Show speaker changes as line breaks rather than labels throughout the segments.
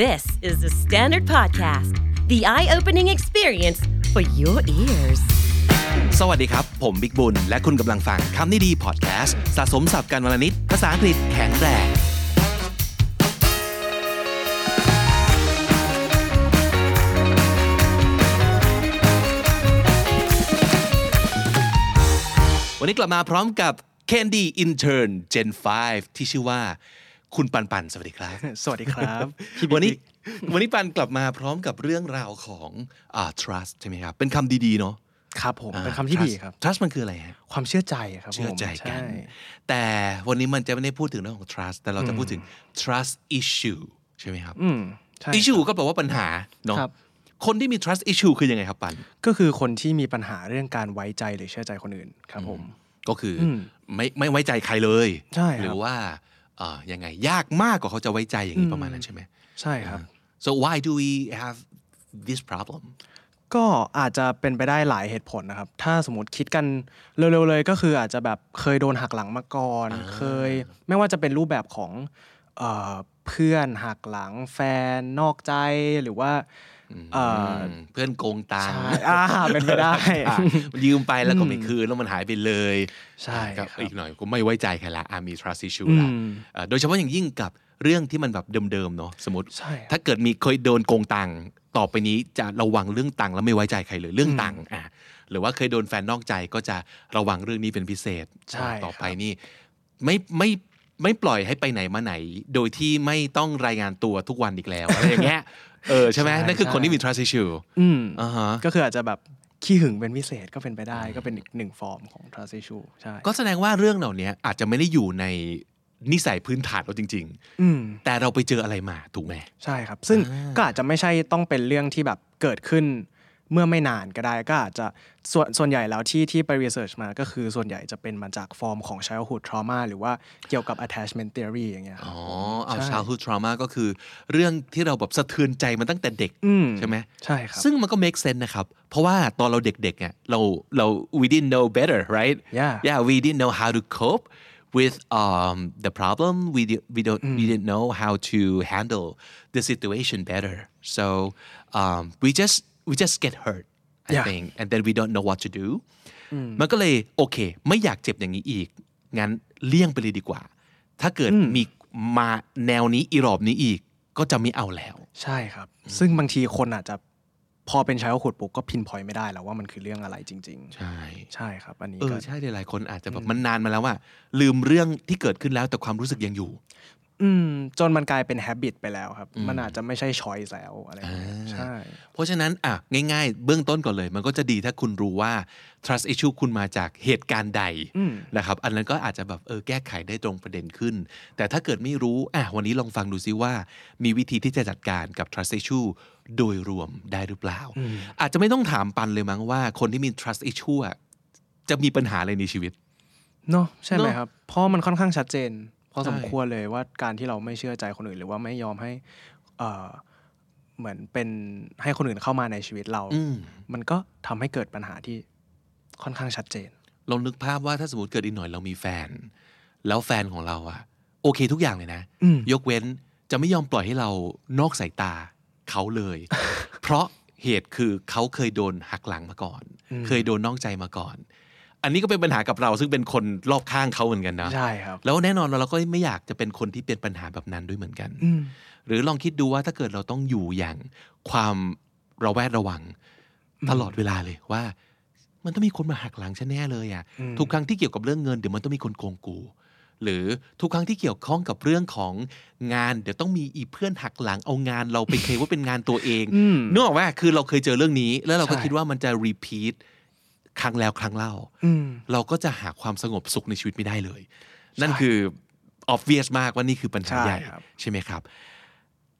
This is the Standard Podcast, the eye opening experience for your ears.
สวัสดีครับ ผมบิ๊กบุญ และคุณกำลังฟังคำนี้ดีพอดแคสต์สะสมสับการวลนิดภาษาอังกฤษแข็งแรง วันนี้กลับมาพร้อมกับ Candy Intern Gen 5 ที่ชื่อว่า คุณปันปัน สวัสดีครับ
สวัสดีครับ พี่
วันนี้
บิ๊ก
วันนี้ปันกลับมาพร้อมกับเรื่องราวของอ่า trust ใช่ไหมครับ เป็นคำดีๆเนาะ
ครับผม
อ่า
เป็นคำที่ดี
trust
ครับ
trust มันคืออะไรฮะ
ความเชื่อใจครับผม
เชื่อใจกัน
ช่
แต่วันนี้มันจะไม่ได้พูดถึงเรื่องของ trust แต่เราจะพูดถึง trust issue ใช่ไหมครับ
อืมใช่
issue ก็แปลว่าปัญหาเนาะ
ครับ
คนที่มี trust issue คือยังไงครับปัน
ก็คือคนที่มีปัญหาเรื่องการไว้ใจหรือเชื่อใจคนอื่นครับผม
ก็คืออ
ม
ไม่ไม่ไว้ใจใครเลย
ใช่ครับ
หรือว่าเอ่อยังไงยากมากกว่าเขาจะไว้ใจอย่างนี้ประมาณนั้นใช่ไหม
ใช่ครับ
so why do we have this problem
ก็อาจจะเป็นไปได้หลายเหตุผลนะครับ ถ้าสมมติคิดกันเร็วๆเลยก็คืออาจจะแบบเคยโดนหักหลังมาก่อน เคย ไม่ว่าจะเป็นรูปแบบของเอ่อเพื่อนหักหลังแฟนนอกใจหรือว่าเอ่อ
อืมเพื่อนโกงตัง
ใช่
ค์
อ่าเป็นไปได้
อ่ะยืมไปแล้วก็ไม่คืนแล้วมันหายไปเลย
ใช่
ก็
ครับ
อีกหน่อยก็ไม่ไว้ใจใครละอ่ะมี trust issue
อืม
ละเอ่อโดยเฉพาะอย่างยิ่งกับเรื่องที่มันแบบเดิมๆเนาะสมมติ
ใช่ครับ
ถ้าเกิดมีเคยโดนโกงตังค์ต่อไปนี้จะระวังเรื่องตังค์แล้วไม่ไว้ใจใครเลยเรื่องตังค์อ่ะหรือว่าเคยโดนแฟนนอกใจก็จะระวังเรื่องนี้เป็นพิเศษ
ใช่
ต่อ
ครับ
ไปนี่ไม่ไม่ไม่ปล่อยให้ไปไหนมาไหน โดยที่ไม่ต้องรายงานตัวทุกวันอีกแล้วอะไรอย่างเงี้ ยเออใช่ไหมนั่นคือคนที่มี trust issue
อืม
อ่าฮะ
ก็คืออาจจะแบบขี้หึงเป็นพิเศษก็เป็นไปได้ก็เป็นอีกหนึ่งฟอร์มของ transition ใช่
ก็แสดงว่าเรื่องเหล่านี้อาจจะไม่ได้อยู่ในนิสัยพื้นฐานเราจริง
อืม
ๆ แต่เราไปเจออะไรมาถูกไหม
ใช่ครับ ซึ่งก็อาจจะไม่ใช่ต้องเป็นเรื่องที่แบบเกิดขึ้นเมื่อไม่นานก็ได้ก็อาจจะส่วนส่วนใหญ่แล้วที่ที่ไป research มาก็คือส่วนใหญ่จะเป็นมาจากฟอร์มของ childhood trauma หรือว่าเกี่ยวกับ attachment theory อย่างเงี้ยครับ
อ๋อ เอา
ใช่
childhood trauma ก็คือ เรื่องที่เราแบบสะเทือนใจมันตั้งแต่เด็ก
อืม
ใช่ไหม
ใช่ครับ
ซึ่งมันก็ make sense นะครับ เพราะว่าตอนเราเด็กๆเนี่ยเราเรา we didn't know better right
Yeah.
yeah we didn't know how to cope with um the problem we di- we don't we didn't know how to handle the situation better so um we just we just get hurt I
Yeah.
think and then we don't know what to do มันก็เลยโอเค ไม่อยากเจ็บอย่างนี้อีก งั้นเลี่ยงไปเลยดีกว่า ถ้าเกิดมีมาแนวนี้อีรอบนี้อีกก็จะไม่เอาแล้ว
ใช่ครับ ซึ่งบางทีคนอาจจะพอเป็น childhood ปุ๊บก็ pinpoint ไม่ได้แล้วว่ามันคือเรื่องอะไรจริง
ใช่
ๆ ใช่ครับ อันนี้
เอ
ก็
อใช่เดี๋ยวหลายคนอาจจะแบบมันนานมาแล้วว่า ลืมเรื่องที่เกิดขึ้นแล้วแต่ความรู้สึกยังอยู่
อืมจนมันกลายเป็น habit ไปแล้วครับ มันอาจจะไม่ใช่ choice แล้วอะไรอย่างเงี้ยใช่
เพราะฉะนั้นอ่ะง่าย ๆ เบื้องต้นก่อนเลย มันก็จะดีถ้าคุณรู้ว่า trust issue คุณมาจากเหตุการณ์ใดนะครับอันนั้นก็อาจจะแบบเออแก้ไขได้ตรงประเด็นขึ้น แต่ถ้าเกิดไม่รู้อ่ะวันนี้ลองฟังดูซิว่า มีวิธีที่จะจัดการกับ trust issue โดยรวมได้หรือเปล่า อาจจะไม่ต้องถามปันเลยมั้งว่า คนที่มี trust issue อ่ะจะมีปัญหาอะไรในชีวิต
เนาะใช่ไหม
เนอะ
ครับ เพราะมันค่อนข้างชัดเจน พอสม
ใช่
ควรเลยว่าการที่เราไม่เชื่อใจคนอื่น หรือว่าไม่ยอมให้เอ่อเหมือนเป็นให้คนอื่นเข้ามาในชีวิตเรา
อืม
มันก็ทำให้เกิดปัญหาที่ค่อนข้างชัดเจน
ลองนึกภาพว่าถ้าสมมติเกิดอีกหน่อยเรามีแฟน แล้วแฟนของเราอะโอเคทุกอย่างเลยนะ
อืม
ยกเว้นจะไม่ยอมปล่อยให้เรานอกสายตาเขาเลย เพราะเหตุคือเขาเคยโดนหักหลังมาก่อน เคยโดนนอกใจมาก่อน อันนี้ก็เป็นปัญหากับเราซึ่งเป็นคนรอบข้างเขาเหมือนกันนะ
ใช่ครับ
แล้วแน่นอนเราก็ไม่อยากจะเป็นคนที่เป็นปัญหาแบบนั้นด้วยเหมือนกัน หรือลองคิดดูว่าถ้าเกิดเราต้องอยู่อย่างความระแวดระวัง ตลอดเวลาเลยว่า มันต้องมีคนมาหักหลังฉันแน่เลยอะ่ะทุกครั้งที่เกี่ยวกับเรื่องเงินเดี๋ยวมันต้องมีคนโกงกู หรือทุกครั้งที่เกี่ยวข้องกับเรื่องของงาน เดี๋ยวต้องมีอีเพื่อนหักหลังเอางานเราไปเคลมว่าเป็นงานตัวเองนึกออกว่าคือเราเคยเจอเรื่องนี้ แล้วเราก็
ใช่
คิดว่ามันจะ repeat ครั้งแล้วครั้งเล่า
อืม
เราก็จะหาความสงบสุขในชีวิตไม่ได้เลย นั่นคือ obvious มากว่านี่คือปัญหา
ใช่
ใหญ่
ครับ
ใช่ไหมครับ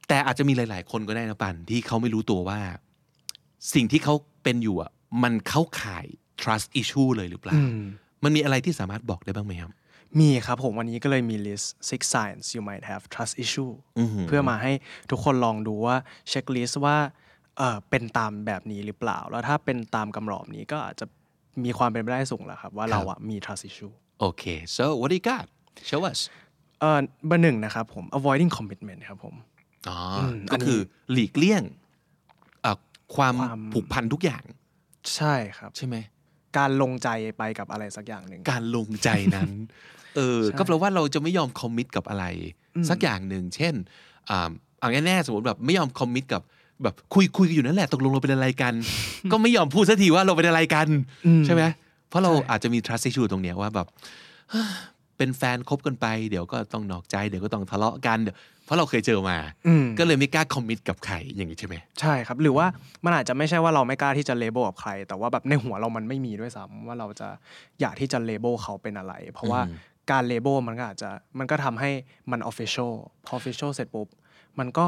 แต่อาจจะมีหลาย ๆ คนก็ได้นะปันที่เขาไม่รู้ตัวว่า สิ่งที่เขาเป็นอยู่อ่ะมันเข้าข่าย trust issue เลยหรือเปล่า มันมีอะไรที่สามารถบอกได้บ้างไหมครับ
มีครับผมวันนี้ก็เลยมี list six signs you might have trust issue เพื่อมาให้ทุกคนลองดูว่าเช็คลิสต์ว่าเออเป็นตามแบบนี้หรือเปล่า แล้วถ้าเป็นตามกำรอบนี้ก็อาจจะมีความเป็นไปได้สูงแหละครับ ว่าเราอะมี trust issue
โอเค so what do you got show us
เออเบอร์หนึ่งนะครับผม avoiding commitment ครับผม
อ๋ออ
ม
ก็คือหลีกเลี่ยงเอ่อความ
ความ
ผูกพันทุกอย่าง
ใช่ครับ
ใช่ไหม
การลงใจไปกับอะไรสักอย่างหนึ่ง
การลงใจนั้น เออ
ใช่
ก็แปลว่าเราจะไม่ยอมคอมมิตกับอะไร
อืม
สักอย่างหนึ่ง เช่นอ่าเอาแน่ๆสมมติแบบไม่ยอมคอมมิตกับแบบคุยคุยกันอยู่นั่นแหละตกลงเราเป็นอะไร กัน ก็ไม่ยอมพูดสักทีว่าเราเป็นอะไรกัน
อื
ใช่ไหมเพราะเรา
ใช่
อาจจะมี trust issue ตรงเนี้ยว่าแบบ เป็นแฟนคบกันไป เดี๋ยวก็ต้องนอกใจ เดี๋ยวก็ต้องทะเลาะกันเดี๋ยวเพราะเราเคยเจอมา
อืม
ก็เลยไม่กล้าคอมมิตกับใครอย่างนี้ใช่ไหม
ใช่ครับ หรือว่ามันอาจจะไม่ใช่ว่าเราไม่กล้าที่จะเลเบลกับใคร แต่ว่าแบบในหัวเรามันไม่มีด้วยซ้ำว่าเราจะอยากที่จะเลเบลเขาเป็นอะไร เพราะว่า
อืม
การเลเบลมันก็อาจจะมันก็ทำให้มันออฟฟิเชียลพอออฟฟิเชียลเสร็จปุ๊บ มันก็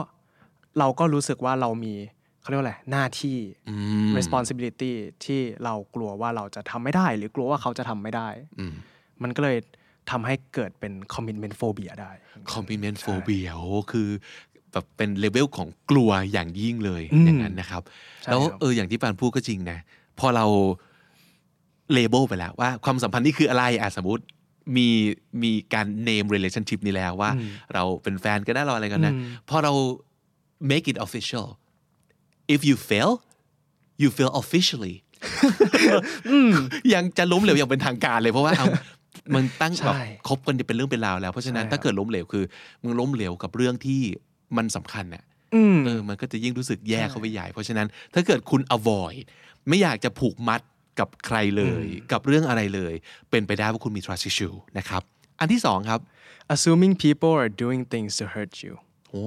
เราก็รู้สึกว่าเรามีเขาเรียกว่าอะไรหน้าที่
อืม
responsibility ที่เรากลัวว่าเราจะทำไม่ได้ หรือกลัวว่าเขาจะทำไม่ได้
อืม
มันก็เลยทำให้เกิดเป็น commitment phobia ได้
คอมพ i เมนต์โฟเบียโหคือแบบเป็นเลเวลของกลัวอย่างยิ่งเลย
อืม
อย่างนั้นนะครับ
ใช่
แล้ว
ครับ
เอออย่างที่ปานพูดก็จริงนะ พอเราเลเบลไปแล้วว่าความสัมพันธ์นี่คืออะไรอ่ะสมมติมีมีการ name relationship นี่แล้วว่า เราเป็นแฟนก็ได้เราอะไรกันนะ พอเรา make it official if you fail you fail officially ยังจะล้มเหลว อย่างเป็นทางการเลยเพราะว่าเอามันตั้ง
ใช่
แบบคบกันเป็นเรื่องเป็นราวแล้ว เพราะฉะนั้น
ใช่ครับ
ถ้าเกิดล้มเหลวคือมึงล้มเหลวกับเรื่องที่มันสำคัญเนี่ย
อืม
เออมันก็จะยิ่งรู้สึกแย่
ใช่
เข้าไปใหญ่ เพราะฉะนั้นถ้าเกิดคุณ avoid ไม่อยากจะผูกมัดกับใครเลย
อืม
กับเรื่องอะไรเลย เป็นไปได้ว่าคุณมี trust issue นะครับ อันที่สองครับ
assuming people are doing things to hurt you
โอ้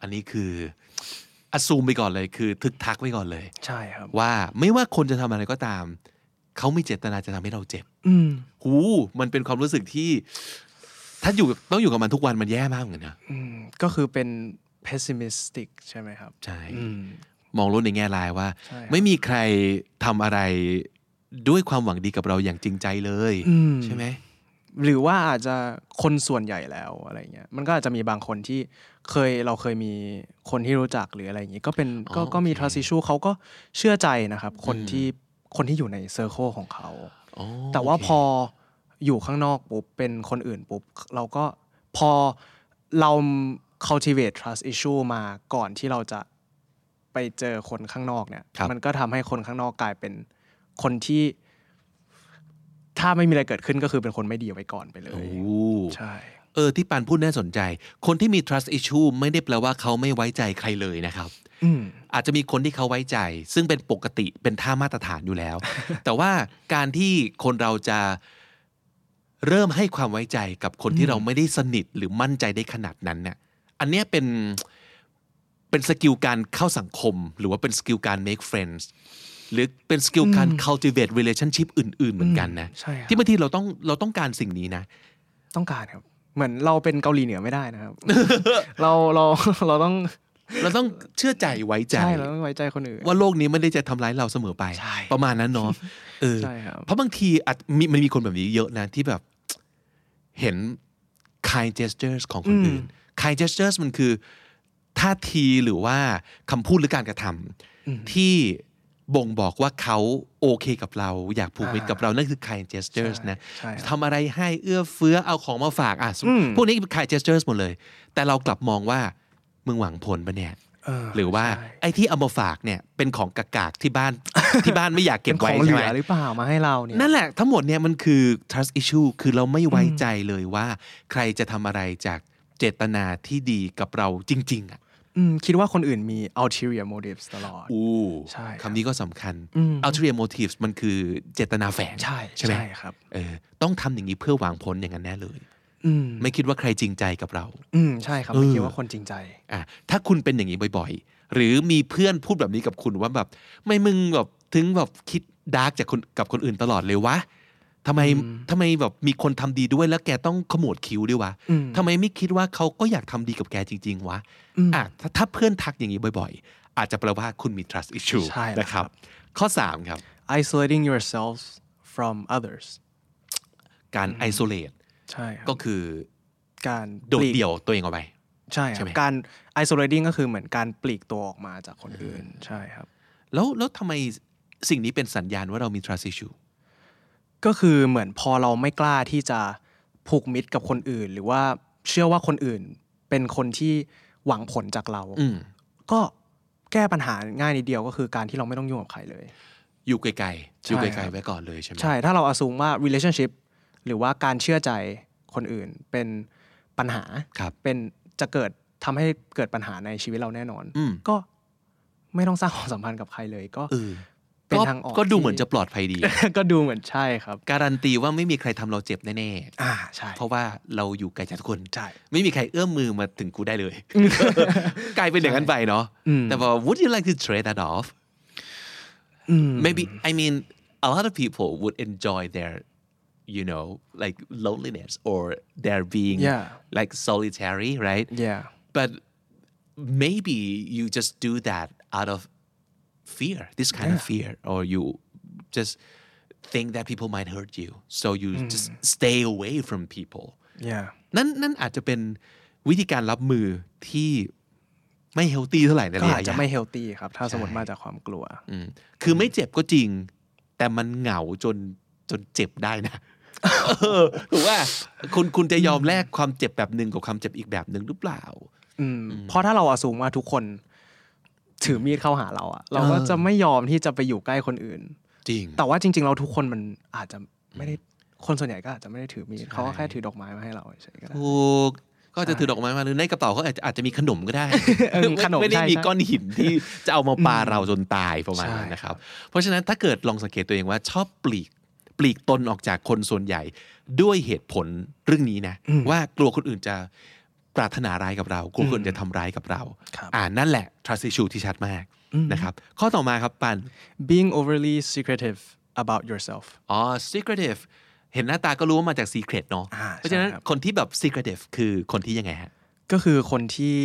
อันนี้คืออ u ูมไปก่อนเลยคือ ทึกทักไปก่อนเลย
ใช่ครับ
ว่าไม่ว่าคนจะทำอะไรก็ตาม เขาไม่เจตนาจะทำให้เราเจ็บ
อืม
หูมันเป็นความรู้สึกที่ ถ้าอยู่กับต้องอยู่กับมันทุกวันมันแย่มากเหมือนกันนะ
อืม ก็คือเป็น pessimistic ใช่ไหมครับ
ใช่
อืม
มองโลกในแง่ร้ายว่า
ใช่ครับ
ไม่มีใครทำอะไรด้วยความหวังดีกับเราอย่างจริงใจเลย
อืม
ใช่ไหม
หรือว่าอาจจะคนส่วนใหญ่แล้วอะไรเงี้ย มันก็อาจจะมีบางคนที่เคยเราเคยมีคนที่รู้จักหรืออะไรอย่างงี้ ก็เป็น
อ๋อ
ก็ก็มี
โอเค
trust issue เขาก็เชื่อใจนะครับ คนที่คนที่อยู่ใน circle ของเขา
อ๋อ
แต่ว่า
โเค
พออยู่ข้างนอกปุ๊บเป็นคนอื่นปุ๊บ เราก็พอเรา cultivate trust issue มาก่อนที่เราจะไปเจอคนข้างนอกเนี่ย
ครับ
มันก็ทำให้คนข้างนอกกลายเป็นคนที่ ถ้าไม่มีอะไรเกิดขึ้นก็คือเป็นคนไม่ดีไว้ก่อนไปเล
โอ้
ย
โห
ใช่
เออที่ปานพูดน่าสนใจ คนที่มี trust issue ไม่ได้แปลว่าเขาไม่ไว้ใจใครเลยนะครับ
อืม
อาจจะมีคนที่เขาไว้ใจ ซึ่งเป็นปกติเป็นท่ามาตรฐานอยู่ แล้ว แต่ว่าการที่คนเราจะเริ่มให้ความไว้ใจกับคนที่เราไม่ได้สนิทหรือมั่นใจได้ขนาดนั้นเนี่ยอันเนี้ยเป็นเป็นสกิลการเข้าสังคม หรือว่าเป็นสกิลการ make friends หรือเป็นสกิลการ cultivate relationship อื่น ๆ เหมือนกันนะ
ใช่ครับ
ที่บางทีเราต้องเราต้องการสิ่งนี้นะ
ต้องการครับ เหมือนเราเป็นเกาหลีเหนือไม่ได้ นะครับ เราเราเราต้อง
เราต้องเชื่อใจไว้ใจ
ใช่เราต้องไว้ใจคนอื่น
ว่าโลกนี้ไม่ได้จะทำร้ายเราเสมอไป
ใช่
ประมาณนั้นเนาะเออ
ใช่ครับ
เพราะบางทีอาจมีมันมีคนแบบนี้เยอะนะ ที่แบบ เห็น kind gestures ของคนอื่น kind gestures มันคือท่าทีหรือว่าคำพูดหรือการกระทำที่บ่งบอกว่าเขาโอเคกับเรา อยากผูกมิตรกับเรา นั่นคือ kind gestures
ใช่
นะ
ใช่ครับ
ทำอะไรให้เอื้อเฟื้อเอาของมาฝากอ่ะ
อืม
พวกนี้เป็น kind gestures หมดเลย แต่เรากลับมองว่า มึงหวังผลปะเนี่ย
เห
รือว่า
ใช่
ไอ้ที่เอามาฝากเนี่ยเป็นของกากๆที่ บ้าน ที่บ้านไม่อยากเก็บไว้
เป็นของเห
ใช่
ลื
ไหม
อหรือเปล่ามาให้เราเนี่ย
นั่นแหละทั้งหมดเนี่ยมันคือ trust issue คือเราไม่ไว้ใจเลยว่า ใครจะทำอะไรจากเจตนาที่ดีกับเราจริง ๆ อ่ะ
อืมคิดว่าคนอื่นมี ulterior motives ตลอด
อู้
ใช่ครับ
คำนี้ก็สำคัญ
อืม
ulterior motives มันคือเจตนาแฝง
ใช่
ใช่ไหม
ครับ
เออต้องทำอย่างนี้เพื่อหวังผลอย่างนั้นแน่เลย
อืม
ไม่คิดว่าใครจริงใจกับเรา
อืมใช่ครับ
เออ
ไม่คิดว่าคนจริงใจ
อ่ะถ้าคุณเป็นอย่างนี้บ่อยๆ หรือมีเพื่อนพูดแบบนี้กับคุณว่าแบบ ไม่มึงแบบถึงแบบคิดดาร์กจากคนกับคนอื่นตลอดเลยวะทำไมทำไมแบบมีคนทำดีด้วยแล้วแกต้องขมวดคิ้วด้วยวะ
อืม
ทำไมไม่คิดว่าเขาก็อยากทำดีกับแกจริง ๆ วะ
อืม
อ่ะถ้าถ้าเพื่อนทักอย่างนี้บ่อยๆ อาจจะแปลว่าคุณมี trust issue
ใช่แล้ว
นะครับ
ครับ
ข้อ 3 ครับ
isolating yourselves from others
การ isolate
ใช่ครับ
ก็คือ
การ
โดด
ปลีก
เดี่ยวตัวเองออกไป
ใช่
ใช่
ครับ
ไหม
การ isolating ก็คือเหมือนการปลีกตัวออกมาจากคนอื่นใช่ครับ
แล้วแล้วทำไมสิ่งนี้เป็นสัญญาณว่าเรามี trust issue
ก็คือเหมือนพอเราไม่กล้าที่จะผูกมิตรกับคนอื่น หรือว่าเชื่อว่าคนอื่น เป็นคนที่ หวังผลจากเรา
อืม
ก็แก้ปัญหาง่ายนิดเดียวก็คือการที่เราไม่ต้องยุ่งกับใครเลย
อยู่ไกลๆอยู่ไก
ใช่ครั
ล
บ
ๆไว้ก่อนเลยใช่ไหม
ใช่ถ้าเราอาซูมว่า relationship หรือว่าการเชื่อใจคนอื่นเป็นปัญหา
ครับ
เป็นจะเกิดทำให้เกิดปัญหาในชีวิตเราแน่นอน
อืม
ก็ไม่ต้องสร้างความสัมพันธ์กับใครเลยก็
เออ
เป็นทางออก
ก็ดู
ที่
เหมือนจะปลอดภัย ดี
ก็ดูเหมือนใช่ครับ
การันตีว่าไม่มีใครทำเราเจ็บแน่
อ่าใช่
ๆ เพราะว่าเราอยู่ไกลจากทุกคน
ใช่
ไม่มีใครเอื้อมมือมาถึงกูได้เลย กลายเป็นอย่างนั้นไปเนาะ
อืม
แต่ว่า would you like to trade that off
อืม
maybe I mean a lot of people would enjoy their you know like loneliness or their being
Yeah.
like solitary right
yeah
but maybe you just do that out of fear this kind of fear or you just think that people might hurt you so you just stay away from people
yeah
นั่นนั่นอาจจะเป็นวิธีการรับมือที่ไม่เฮลตี้เท่าไหร่ใน
ก็
ระยะ
อาจ
ยา
จะ
ว
ไม่ healthy ครับ ถ้าสมมติมาจากความกลัว
อืมคือไม่เจ็บก็จริง แต่มันเหงาจนจนเจ็บได้ นะเออถูกว่าคุณคุณจะยอมแลกความเจ็บแบบหนึ่งกับความเจ็บอีกแบบหนึ่งหรือเปล่า
อืมเพราะถ้าเราอาสูมว่าทุกคน ถือมีดเข้าหาเราอะเราก็จะไม่ยอมที่จะไปอยู่ใกล้คนอื่น
จริง
แต่ว่าจริง ๆ เราทุกคนมันอาจจะไม่ได้คนส่วนใหญ่ก็อาจจะไม่ได้ถือมีดเขาก็แค่ถือดอกไม้มาให้เราเฉยๆก็ได้
ถูกก็จะถือดอกไม้มาหรือในกระเป๋าเขาอาจจะอาจจะมีขนมก็ได้
เออขนม
ไม่ได้
ใช่
มี
ใช่
ก้อนหินที่จะเอามาปาเราจนตายประมาณนั้น
ใช่
นะครับ เพราะฉะนั้นถ้าเกิดลองสังเกตตัวเองว่าชอบปลีกปลีกตนออกจากคนส่วนใหญ่ด้วยเหตุผลเรื่องนี้นะ ว่ากลัวคนอื่นจะปรารถนาร้ายกับเรา กลัวคนอื่นจะทำร้ายกับเรา อ่านั่นแหละ trust issue ที่ชัดมากนะครับ ข้อต่อมาครับปัน
being overly secretive about yourself
อ๋อ secretive เห็นหน้าตาก็รู้ว่ามาจาก secret เนาะ
อ่า
เพราะฉะนั้น
ใช่ครับ
คนที่แบบ secretive คือคนที่ยังไงฮะ
ก็คือคนที่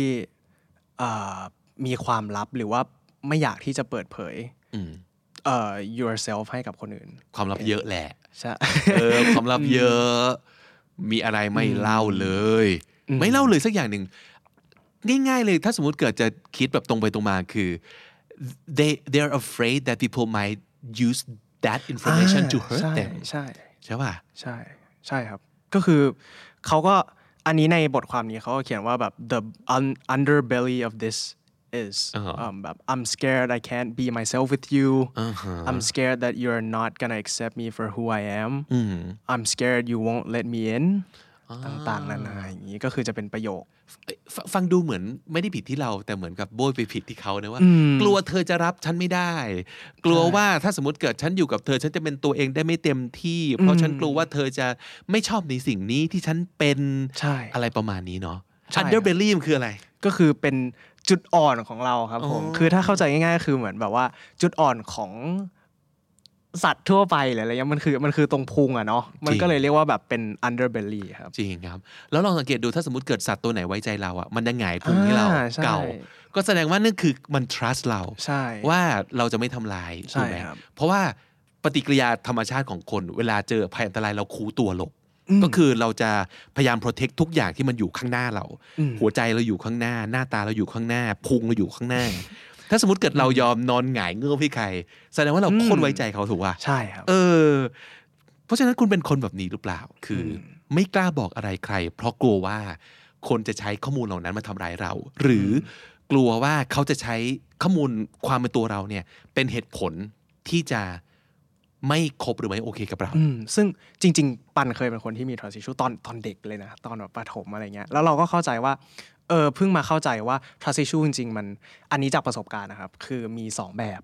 เอ่อมีความลับหรือว่าไม่อยากที่จะเปิดเผย
อืม
เอ่อ yourself ให้กับคนอื่น
ความลับเยอะแหละ
ใช่
เออ ความลับเยอะ มีอะไรไม่เล่าเลย ไม่เล่าเลยสักอย่างหนึ่ง ง่ายๆเลย ถ้าสมมติเกิดจะคิดแบบตรงไปตรงมาคือ they they're afraid that people might use that information to
อ่า
hurt
ใช่
them
ใช่
ใช่ป่ะ
ใช่ใช่ครับ ก็คือเขาก็อันนี้ในบทความนี้เขาก็เขียนว่าแบบ the un- underbelly of this is
อ่าฮะ
um, แบบ I'm scared I can't be myself with you
อ่าฮะ
I'm scared that you're not gonna accept me for who I am
อืม
I'm scared you won't let me in ต่างๆนานาอย่างนี้ก็คือจะเป็นประโยค
เอ้ยฟฟังดูเหมือนไม่ได้ผิดที่เราแต่เหมือนกับโบยไปผิดที่เขานะว่า
อืม
กลัวเธอจะรับฉันไม่ได้ กลัวว่าถ้าสมมติเกิดฉันอยู่กับเธอ ฉันจะเป็นตัวเองได้ไม่เต็มที่ เพราะฉันกลัวว่าเธอจะไม่ชอบในสิ่งนี้ที่ฉันเป็น
ใช่
อะไรประมาณนี้เนาะ
ใช่
underbelly มันคืออะไร
ก็คือเป็นจุดอ่อนของเราครับผม
อ๋อ
คือถ้าเข้าใจง่ายๆก็คือเหมือนแบบว่าจุดอ่อนของสัตว์ทั่วไปหรืออะไรเงี้ยมันคือมันคือตรงพุงอะเนาะมันก็เลยเรียกว่าแบบเป็น underbelly ครับ
จริงครับ แล้วลองสังเกตดูถ้าสมมติเกิดสัตว์ตัวไหนไว้ใจเราอ่ะมันจะหงายพุงให้เรา
อ่าใช่
เก่า ก็แสดงว่านั่นคือมัน trust เรา
ใช่
ว่าเราจะไม่ทำลาย
ใช่
ถูกไหม
ครับ
เพราะว่าปฏิกิริยาธรรมชาติของคนเวลาเจอภัยอันตรายเราคูตัวหลบ ก็คือเราจะพยายาม protect ทุกอย่างที่มันอยู่ข้างหน้าเรา
อืม
หัวใจเราอยู่ข้างหน้า หน้าตาเราอยู่ข้างหน้าพุงเราอยู่ข้างหน้า ถ้าสมมติเกิดเรายอมนอนหงายเงือบให้ใคร แสดงว่าเราโคตรไว้ใจเขาถูกป่ะ
ใช่ครับ
เออ เพราะฉะนั้นคุณเป็นคนแบบนี้หรือเปล่า คืออไม่กล้าบอกอะไรใคร เพราะกลัวว่าคนจะใช้ข้อมูลเหล่านั้นมาทำร้ายเรา หรืออกลัวว่าเขาจะใช้ข้อมูลความเป็นตัวเราเนี่ย เป็นเหตุผลที่จะไม่คบหรือไม่โอเคกับเรา
อืมซึ่งจริง ๆ ปันเคยเป็นคนที่มี trust issue ตอนตอนเด็กเลยนะ ตอนแบบประถมอะไรเงี้ยแล้วเราก็เข้าใจว่าเออเพิ่งมาเข้าใจว่า trust issue จริง ๆ มันอันนี้จากประสบการณ์นะครับ คือมี 2 แบบ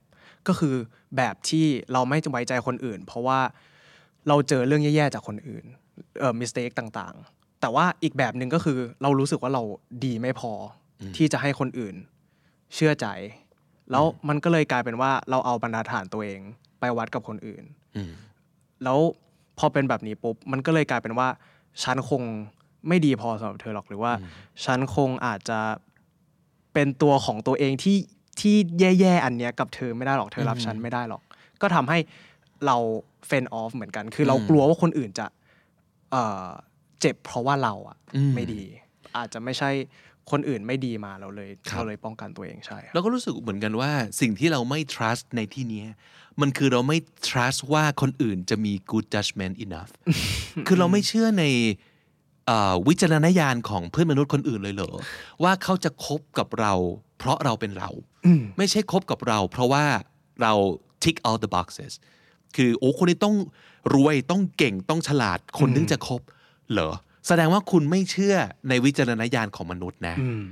ก็คือแบบที่เราไม่ไว้ใจคนอื่น เพราะว่าเราเจอเรื่องแย่ ๆ จากคนอื่นเออ mistake ต่างๆ แต่ว่าอีกแบบหนึ่งก็คือเรารู้สึกว่าเราดีไม่พออที่จะให้คนอื่น เชื่อใจ แล้วมันก็เลยกลายเป็นว่าเราเอาบรรทัดฐานตัวเอง ไปวัดกับคนอื่น
อืม
แล้วพอเป็นแบบนี้ปุ๊บมันก็เลยกลายเป็นว่า ฉันคงไม่ดีพอสำหรับเธอหรอกหรือว่า ฉันคงอาจจะเป็นตัวของตัวเองที่ที่แย่ๆอันเนี้ยกับเธอไม่ได้หรอกเธอรับฉันไม่ได้หรอก ก็ทำให้เราเฟนออฟเหมือนกัน คือเรากลัวว่าคนอื่นจะเอ่อเจ็บเพราะว่าเราอะ
อืม
ไม่ดี อาจจะไม่ใช่คนอื่นไม่ดีมาเราเลย
ครับ
เราเลยป้องกันตัวเองใช่ครับ
เราก็รู้สึกเหมือนกันว่าสิ่งที่เราไม่ trust ในที่เนี้ยมันคือเราไม่ trust ว่าคนอื่นจะมี good judgment enough คือเราไม่เชื่อในเ เอ่อวิจารณญาณของเพื่อนมนุษย์คนอื่นเลยเหรอ ว่าเขาจะคบกับเรา เพราะเราเป็นเรา ไม่ใช่คบกับเรา เพราะว่าเรา tick all the boxes คือโอ้คนนี้ต้องรวยต้องเก่งต้องฉลาดคนนึงจะคบเหรอ แสดงว่าคุณไม่เชื่อในวิจารณญาณของมนุษย์นะ
อืม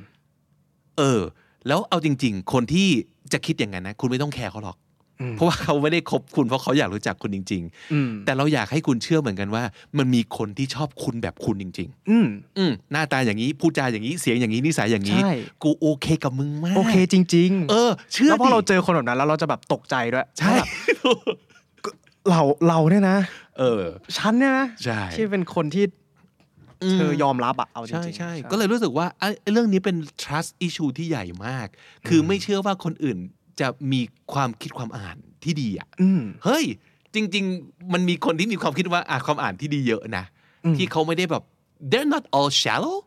เออ แล้วเอาจริง ๆ คนที่จะคิดอย่างนั้นนะ คุณไม่ต้องแคร์เขาหรอก
อืม
เพราะว่าเขาไม่ได้คบคุณเพราะเขาอยากรู้จักคุณจริง
อืม
ๆ แต่เราอยากให้คุณเชื่อเหมือนกันว่า มันมีคนที่ชอบคุณแบบคุณจริง
อืม
ๆ อืมหน้าตาอย่างนี้พูดจาอย่างนี้เสียงอย่างนี้นิสัยอย่างนี้
ใช่
กูโอเคกับมึงมาก
โอเคจริง
เอ
ๆ
อ เชื่อ
แล้วพอ
ดิ
เราเจอคนแบบนั้นแล้วเราจะแบบตกใจด้วย
ใช่
ว่าแบบเราเราเนี่ยนะ
เออ
ฉันเนี่ยนะ
ใช่
ที่เป็นคนที่เธอ
ม
ยอมรับอะเอาจริง
ใช่
ๆ
ใช่ก็เลยรู้สึกว่าไอ้ไอ้เรื่องนี้เป็น trust issue ที่ใหญ่มาก คือไม่เชื่อว่าคนอื่นจะมีความคิดความอ่านที่ดีอ่ะ
อืม
เฮ้ย จริง ๆ มันมีคนที่มีความคิดว่าอ่ะความอ่านที่ดีเยอะนะ ที่เขาไม่ได้แบบ they're not all shallow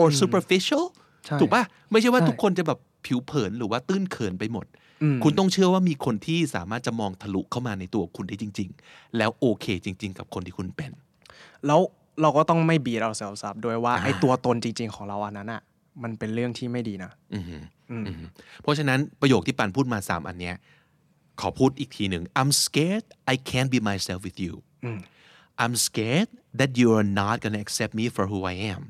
or superficial
ใช่
ถูกปะไม่ใช่ว่า
ใช่
ทุกคนจะแบบผิวเผินหรือว่าตื้นเขินไปหมด
ม
คุณต้องเชื่อว่ามีคนที่สามารถจะมองทะลุเข้ามาในตัวคุณได้จริง ๆ แล้วโอเคจริง ๆ กับคนที่คุณเป็น
แล้วเราก็ต้องไม่บีดเราเซลซับด้วยว่า
อ่า
ไอ้ตัวตนจริง ๆ ของเราอันนั้นอะมันเป็นเรื่องที่ไม่ดีนะ
อือหือ
อืม
อืมเพราะฉะนั้นประโยคที่ปันพูดมา 3 อันเนี้ยขอพูดอีกทีหนึ่ง I'm scared I can't be myself with you
อืม
I'm scared that you are not gonna accept me for who I am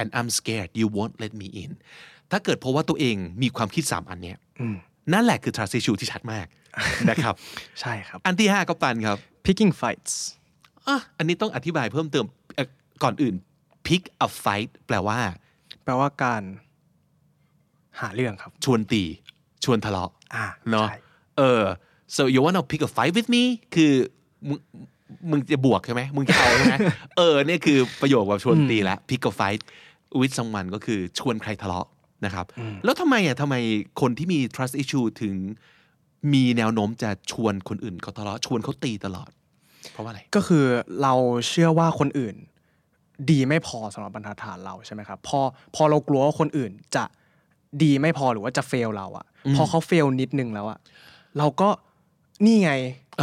and I'm scared you won't let me in ถ้าเกิดเพราะว่าตัวเองมีความคิด 3 อันเนี้ย
อืม
นั่นแหละคือ transition ที่ชัด มาก นะครับ
ใช่ครับ
อันที่ 5 ก็ปันครับ
picking fights
อ่ะอันนี้ต้องอธิบายเพิ่มเติมเอ่อก่อนอื่น pick a fight แปลว่า
แปลว่าการ หาเรื่องครับ
ชวนตี ชวนทะเลาะ
อ่า
เนาะ
ใช่
เออ so you wanna pick a fight with me คือมึงมึงจะบวกใช่ไหมมึงจะเอา ใช่ไหม เออเนี่ยคือประโยคแบบชวนตีแล้ว pick a fight with someone ก็คือชวนใครทะเลาะนะครับ แล้วทำไมอ่ะทำไมคนที่มี trust issue ถึงมีแนวโน้มจะชวนคนอื่นเขาทะเลาะ ชวนเขาตีตลอด เพราะว่าอะไร
ก็คือเราเชื่อว่าคนอื่น ดีไม่พอสำหรับบรรทัดฐานเราใช่ไหมครับ พอพอเรากลัวว่าคนอื่นจะดีไม่พอหรือว่าจะเฟลเราอะพอเขาเฟลนิดนึงแล้วอะเราก็นี่ไง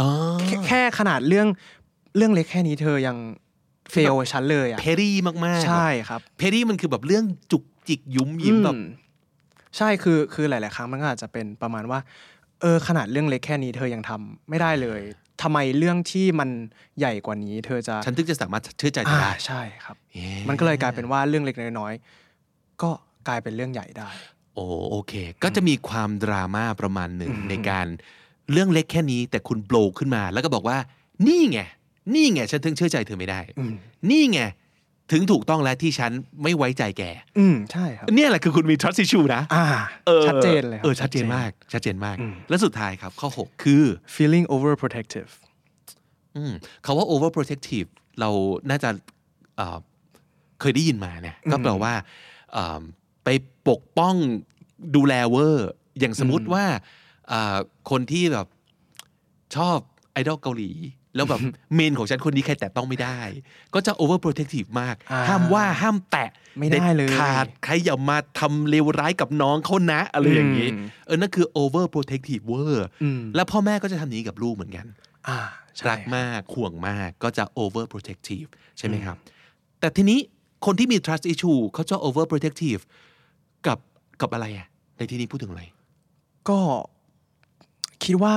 อ๋อ
แค่แค่ขนาดเรื่องเรื่องเล็กแค่นี้เธอยังเฟลฉันเลยอ่ะ
เพรี่มากๆ
ใช่ครับ
เพรี่มันคือแบบเรื่องจุกจิกยุ้มยิ้มแบบ
อืมใช่คือคือหลาย ๆ ครั้งมันก็อาจจะเป็นประมาณว่า เออขนาดเรื่องเล็กแค่นี้เธอยังทำไม่ได้เลยทำไมเรื่องที่มันใหญ่กว่านี้ เธอจะ
ฉันถึงจะสามารถเชื่อใจเธอ
อ่า
ได้
ใช่ครับ
Yeah
มันก็เลยกลายเป็นว่าเรื่องเล็กๆน้อยๆก็กลายเป็นเรื่องใหญ่ได้
โอ้โอเค ก็จะมีความดราม่าประมาณหนึ่งในการเรื่องเล็กแค่นี้แต่คุณโบลขึ้นมา แล้วก็บอกว่า นี่ไง นี่ไง ฉันถึงเชื่อใจเธอไม่ได้
อืม
นี่ไง ถึงถูกต้องแล้วที่ฉันไม่ไว้ใจแก
อืมใช่ครับ
เนี่ยแหละคือคุณมี trust issue นะ
อ่า
ออ
ชัดเจนเลยครับ
เออชัดเจนมาก ชัดเจนมาก
อืม
และสุดท้ายครับ ข้อ 6 คือ
feeling overprotective
อืมคำว่า overprotective เราน่าจะเอ่อเคยได้ยินมาเนี่ยก็แปลว่าเอิ่มไปปกป้องดูแลเวอร์ อย่างสมมติว่าเอ่อคนที่แบบชอบไอดอลเกาหลี แล้วแบบ เมนของฉันคนนี้ใครแตะต้องไม่ได้ ก็จะ overprotective มาก
อ่า
ห้ามว่าห้ามแตะ
ไม่ได้เลย
ด็ขาดใครอย่ามาทำเลวร้ายกับน้องเขานะอะไรอย่างนี้เออนั่นคือ overprotective เวอร์
อืม
แล้วพ่อแม่ก็จะทำอย่างนี้กับลูกเหมือนกัน
อ่าใช่
รักมากห่วงมากก็จะ overprotective ใช่ไหมครับ แต่ทีนี้คนที่มี trust issue เขาจะ overprotective กับกับอะไรอะในที่นี้พูดถึงอะไร
ก็คิดว่า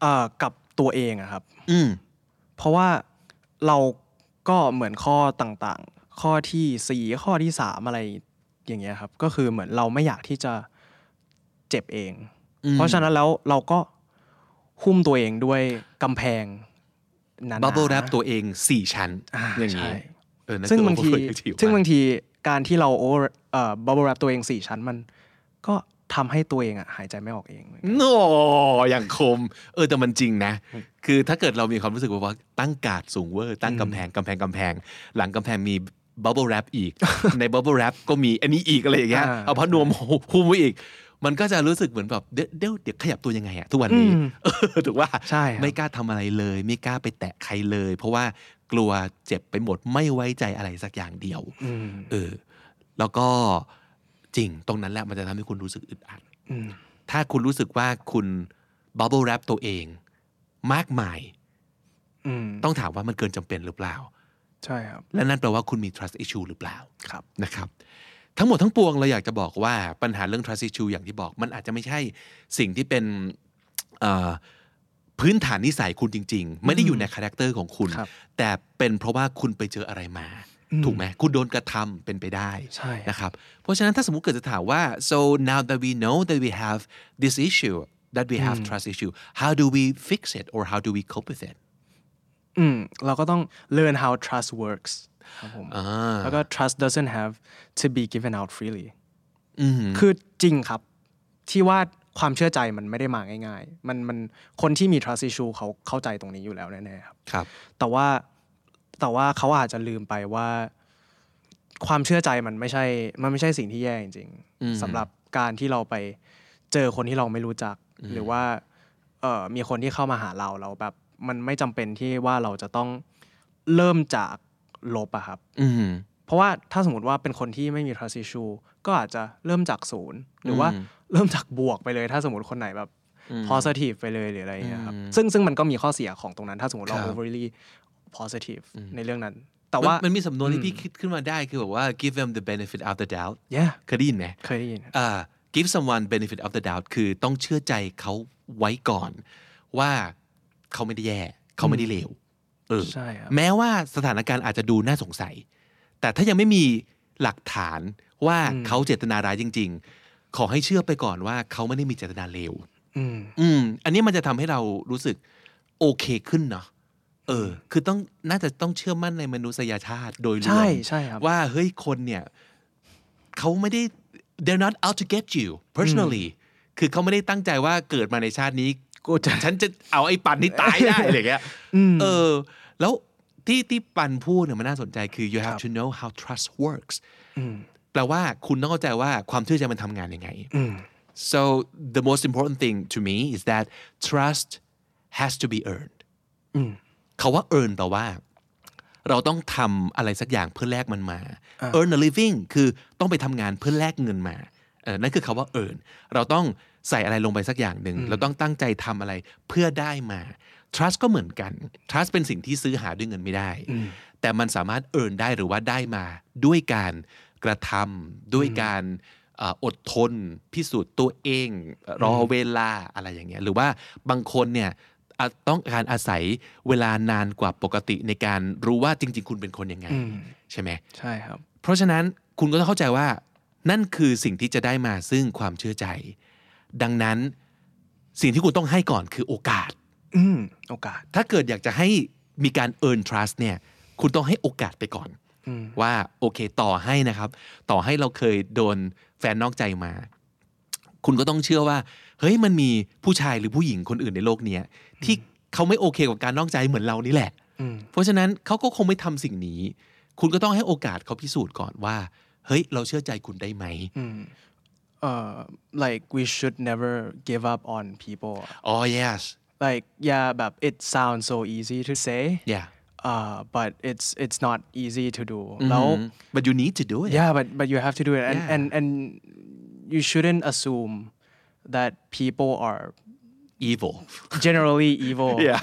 เอ่อกับตัวเองอะครับ
อืม
เพราะว่าเราก็เหมือนข้อต่างๆ ข้อที่สี่ข้อที่สามอะไรอย่างเงี้ยครับ ก็คือเหมือนเราไม่อยากที่จะเจ็บเอง
อืม
เพราะฉะนั้นแล้วเราก็หุ้มตัวเองด้วยกำแพงหนั้น
bubble wrap ตัวเอง 4 ชั้น
อ่า
อย่างนี้
ใช่
เออนั่น
ซึ่ง
คือ
บางที
overprotective
ซึ่ง
มาก
บางทีการที่เราโอเอ่อบับเบิลแรปตัวเองสี่ชั้นมัน ก็ทำให้ตัวเองอะหายใจไม่ออกเอง
โนอย่างคม เออแต่มันจริงนะ คือถ้าเกิดเรามีความรู้สึกว่าตั้งการ์ดสูงเวอร์ตั้งกำแพงกำแพงกำแพง หลังกำแพงมี bubble wrap อีก ใน bubble wrap ก็มีอันนี้อีกอะไรอย่างเงี้ย
อ่า
เอาพัดนวม คุมไว้อีก มันก็จะรู้สึกเหมือนแบบเดี๋ยวเดี๋ยวเดี๋ยวขยับตัวยังไงอะทุกวันนี้
อืม
เออ ถูกว่า
ใช่ครับ
ไม่กล้าทำอะไรเลย ไม่กล้าไปแตะใครเลย เพราะว่ากลัวเจ็บไปหมดไม่ไว้ใจอะไรสักอย่างเดียว
อืม
เออแล้วก็จริงตรงนั้นแหละมันจะทำให้คุณรู้สึกอึดอัด
อืม
ถ้าคุณรู้สึกว่าคุณบับเบิลแรปตัวเอง มากมาย
อืม
ต้องถามว่ามันเกินจำเป็นหรือเปล่า
ใช่ครับ
และนั่นแปลว่าคุณมี trust issue หรือเปล่า
ครับ
นะครับทั้งหมดทั้งปวงเราอยากจะบอกว่าปัญหาเรื่อง trust issue อย่างที่บอก มันอาจจะไม่ใช่สิ่งที่เป็นเอ่อพื้นฐานนิสัยคุณจริง ๆ ไม่ได้อยู่ในคาแรคเตอร์ของคุณ
ครับ
แต่เป็นเพราะว่าคุณไปเจออะไรมา
อืม
ถูกไหมคุณโดนกระทำเป็นไปได้
ใช่
นะครับเพราะฉะนั้นถ้าสมมติเกิดจะถามว่า so now that we know that we have this issue that we have trust issue how do we fix it or how do we cope with it
อืมเราก็ต้อง learn how trust works ครับผม
อ่า
แล้วก็ trust doesn't have to be given out freely
อืม
คือจริงครับ ที่ว่าความเชื่อใจมันไม่ได้มาง่ายๆ มันมันคนที่มี trust issue เขาเข้าใจตรงนี้อยู่แล้วแน่ๆครับ
ครับ
แต่ว่าแต่ว่าเขาอาจจะลืมไปว่า ความเชื่อใจมันไม่ใช่ มันไม่ใช่สิ่งที่แย่จริง
อืม
ๆสำหรับการที่เราไปเจอคนที่เราไม่รู้จัก หรือว่าเอ่อมีคนที่เข้ามาหาเราเราแบบ มันไม่จำเป็นที่ว่าเราจะต้องเริ่มจากลบอะครับ
อืม
เพราะว่าถ้าสมมติว่าเป็นคนที่ไม่มี trust issue ก็อาจจะเริ่มจากศูนย์หรือว่า
อืม
เริ่มจากบวกไปเลย ถ้าสมมติคนไหนแบบ
อืม
positive ไปเลยหรืออะไรอย่างเงี้ยครับ
อืม
ซึ่งซึ่งมันก็มีข้อเสียของตรงนั้น ถ้าสมมติเรา
ครับ
overly positive
อืม
ในเรื่องนั้น แต่ว่าม
นมีสำนวนที่
อืม
พี่คิดขึ้นมาได้คือแบบว่า give them the benefit of the doubt
yeah
เคยได้ยินไหม
เคยได้ยินครับ
อ่า give someone benefit of the doubt คือต้องเชื่อใจเขาไว้ก่อน ว่าเขาไม่ได้แย่ เขาไม่ได้เลวเออ
ใช่ครับ
แม้ว่าสถานการณ์อาจจะดูน่าสงสัย แต่ถ้ายังไม่มีหลักฐานว่าเขาเจตนาร้ายจริง ๆ ขอให้เชื่อไปก่อนว่าเขาไม่ได้มีเจตนาเลว
อืม
อืม อันนี้มันจะทำให้เรารู้สึกโอเคขึ้นเนาะ เออ คือต้องน่าจะต้องเชื่อมั่นในมนุษยชาติโดยรวม
ใช่ใช่ครับ
ว่าเฮ้ยคนเนี่ยเขาไม่ได้ they're not out to get you personally คือเขาไม่ได้ตั้งใจว่าเกิดมาในชาตินี้
กูจะ
ฉันจะเอาไอ้ปันที่ตาย ได้ อะไรอย่างเงี้ยเออ แล้วที่ที่ปันพูดเนี่ยมันน่าสนใจคือ you have to know how trust works แปลว่าคุณต้องเข้าใจว่าความเชื่อใจมันทำงานยังไง So the most important thing to me is that trust has to be earned คาว่า earn แต่ว่า เราต้องทำอะไรสักอย่างเพื่อแลกมันมา earn a living คือต้องไปทำงานเพื่อแลกเงินมาเออนั่นคือคาว่า earn เราต้องใส่อะไรลงไปสักอย่างหนึ่ง เราต้องตั้งใจทำอะไรเพื่อได้มา trust ก็เหมือนกัน trust เป็นสิ่งที่ซื้อหาด้วยเงินไม่ได้ แต่มันสามารถ earn ได้หรือว่าได้มาด้วยการกระทำด้วยการ เอ่ออดทนพิสูจน์ตัวเองเอ่อรอเวลาอะไรอย่างเงี้ยหรือว่าบางคนเนี่ยอาจต้องการอาศัยเวลานานกว่าปกติในการรู้ว่าจริง ๆ คุณเป็นคนยังไง
อืม
ใช่ไหม
ใช่ครับ
เพราะฉะนั้นคุณก็ต้องเข้าใจว่า นั่นคือสิ่งที่จะได้มาซึ่งความเชื่อใจ ดังนั้นสิ่งที่คุณต้องให้ก่อนคือโอกาส
อืม โอกาส
ถ้าเกิดอยากจะให้มีการ earn trust เนี่ย คุณต้องให้โอกาสไปก่อน ว่าโอเคต่อให้นะครับ ต่อให้เราเคยโดนแฟนนอกใจมา คุณก็ต้องเชื่อว่า เฮ้ยมันมีผู้ชายหรือผู้หญิงคนอื่นในโลกเนี้ยที่เขาไม่โอเคกับการนอกใจเหมือนเรานี่แหละ
อืม
เพราะฉะนั้นเขาก็คงไม่ทำสิ่งนี้ คุณก็ต้องให้โอกาสเขาพิสูจน์ก่อนว่า เฮ้ย เราเชื่อใจคุณได้ไหม
uh like we should never give up on people
อ๋อ yes
like yeah แบบ it sounds so easy to say
yeah
uh but it's it's not easy to do
Mm-hmm.
แล้ว
but you need to do it
yeah but but you have to do it and
Yeah.
and and you shouldn't assume that people are
evil
generally evil
Yeah.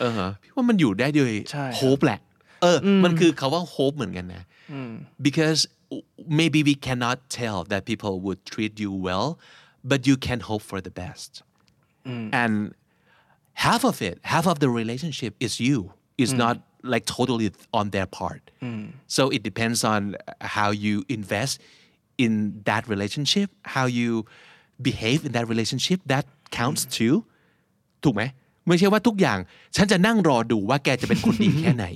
เออพี่ว่ามันอยู่ได้ด้วย
ใช่ครับ
โฮปแหละ เอออมันคือคาว่าโฮปเหมือนกันนะ because maybe we cannot tell that people would treat you well but you can hope for the best and half of it half of the relationship is you is not like totally on their part so it depends on how you invest in that relationship how you behave in that relationship that counts too ถูกไหมไม่ใช่ว่าทุกอย่าง ฉันจะนั่งรอดูว่าแกจะเป็นคนดี แค่ ไหน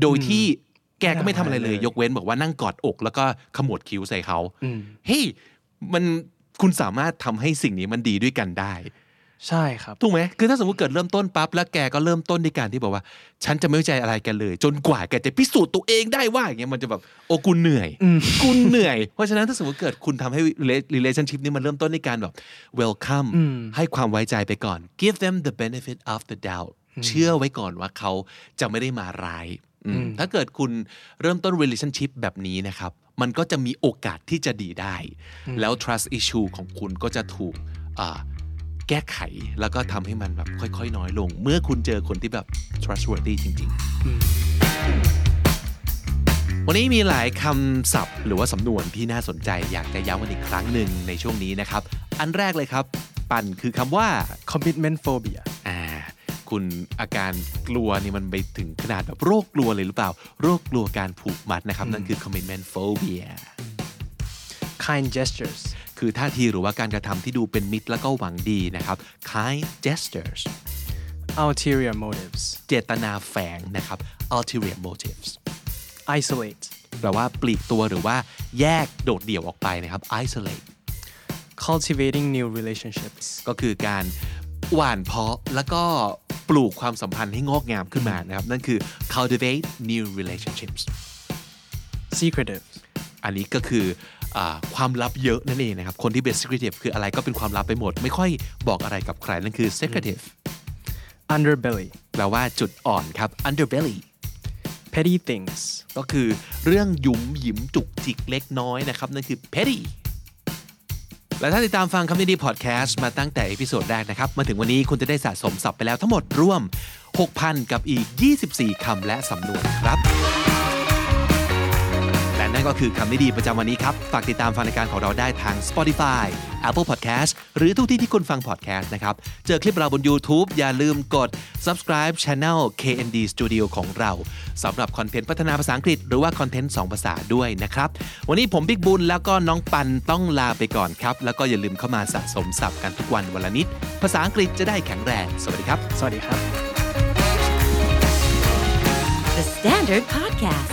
โดยที่แกก็ไม่ทำอะไรเลย ยกเว้นบอกว่านั่งกอดอก แล้วก็ขมวดคิ้วใส่เขาเฮ้ยมันคุณสามารถทำให้สิ่งนี้มันดีด้วยกันได้
ใช่ครับ
ถูกไหมคือถ้าสมมติเกิดเริ่มต้นปั๊บแล้วแกก็เริ่มต้นในการที่บอกว่า ฉันจะไม่ไว้ใจอะไรแกันเลย จนกว่าแกจะพิสูจน์ตัวเองได้ว่าอย่างเงี้ยมันจะแบบโอ้กูเหนื่อยกูเหนื่อย เพราะฉะนั้นถ้าสมมติเกิดคุณทำให้ rela- relationship นี้มันเริ่มต้นในการแบบ welcome ให้ความไว้ใจไปก่อน give them the benefit of the doubt เชื่อไว้ก่อนว่าเขาจะไม่ได้มาร้ายอืมถ้าเกิดคุณเริ่มต้น relationship แบบนี้นะครับ มันก็จะมีโอกาสที่จะดีได้ แล้ว trust issue ของคุณก็จะถูกอ่า แก้ไขแล้วก็ทำให้มันแบบค่อย ๆ น้อยลง เมื่อคุณเจอคนที่แบบ trustworthy จริง ๆ วันนี้มีหลายคำศัพท์ หรือว่าสำนวนที่น่าสนใจอยากจะย้ำกันอีกครั้งหนึ่งในช่วงนี้นะครับ อันแรกเลยครับ ปั่นคือคำว่า
commitment phobia
อ่า คุณอาการกลัวนี่มันไปถึงขนาดแบบโรคกลัวเลยหรือเปล่า โรคกลัวการผูกมัดนะครับ นั่นคือ commitment phobia
kind gestures
คือท่าทีหรือว่าการกระทำที่ดูเป็นมิตรแล้วก็หวังดีนะครับ kind gestures
ulterior motives
เจตนาแฝงนะครับ ulterior motives
isolate
แปลว่าปลีกตัวหรือว่าแยกโดดเดี่ยวออกไปนะครับ isolate
cultivating new relationships
ก็คือการหว่านเพาะแล้วก็ปลูกความสัมพันธ์ให้งอกงามขึ้นมานะครับ นั่นคือ cultivate new relationships
secretive
อันนี้ก็คืออาความลับเยอะนั่นเองนะครับ คนที่เป็น secretive คืออะไรก็เป็นความลับไปหมด ไม่ค่อยบอกอะไรกับใคร นั่นคือ secretive
underbelly
แปลว่าจุดอ่อนครับ underbelly
petty things
ก็คือเรื่องหยุมหยิมจุกจิกเล็กน้อยนะครับ นั่นคือ petty และถ้าติดตามฟังคำนี้ดีพอดแคสต์มาตั้งแต่เอพิโซดแรกนะครับ มาถึงวันนี้คุณจะได้สะสมศัพท์ไปแล้วทั้งหมดรวม 6,000 กับอีก 24 คำและสำนวนครับ และนั่นก็คือคำนิดีประจำวันนี้ครับ ฝากติดตามฟังรายการของเราได้ทาง Spotify Apple Podcast หรือทุกที่ที่คุณฟัง podcast นะครับ เจอคลิปเราบน YouTube อย่าลืมกด subscribe channel KND Studio ของเราสำหรับคอนเทนต์พัฒนาภาษาอังกฤษหรือว่าคอนเทนต์ 2 ภาษาด้วยนะครับ วันนี้ผมบิ๊กบุญแล้วก็น้องปันต้องลาไปก่อนครับ แล้วก็อย่าลืมเข้ามาสะสมศัพท์กันทุกวันวันละนิด ภาษาอังกฤษจะได้แข็งแรง สวัสดีครับ
สวัสดีครับ
The Standard Podcast,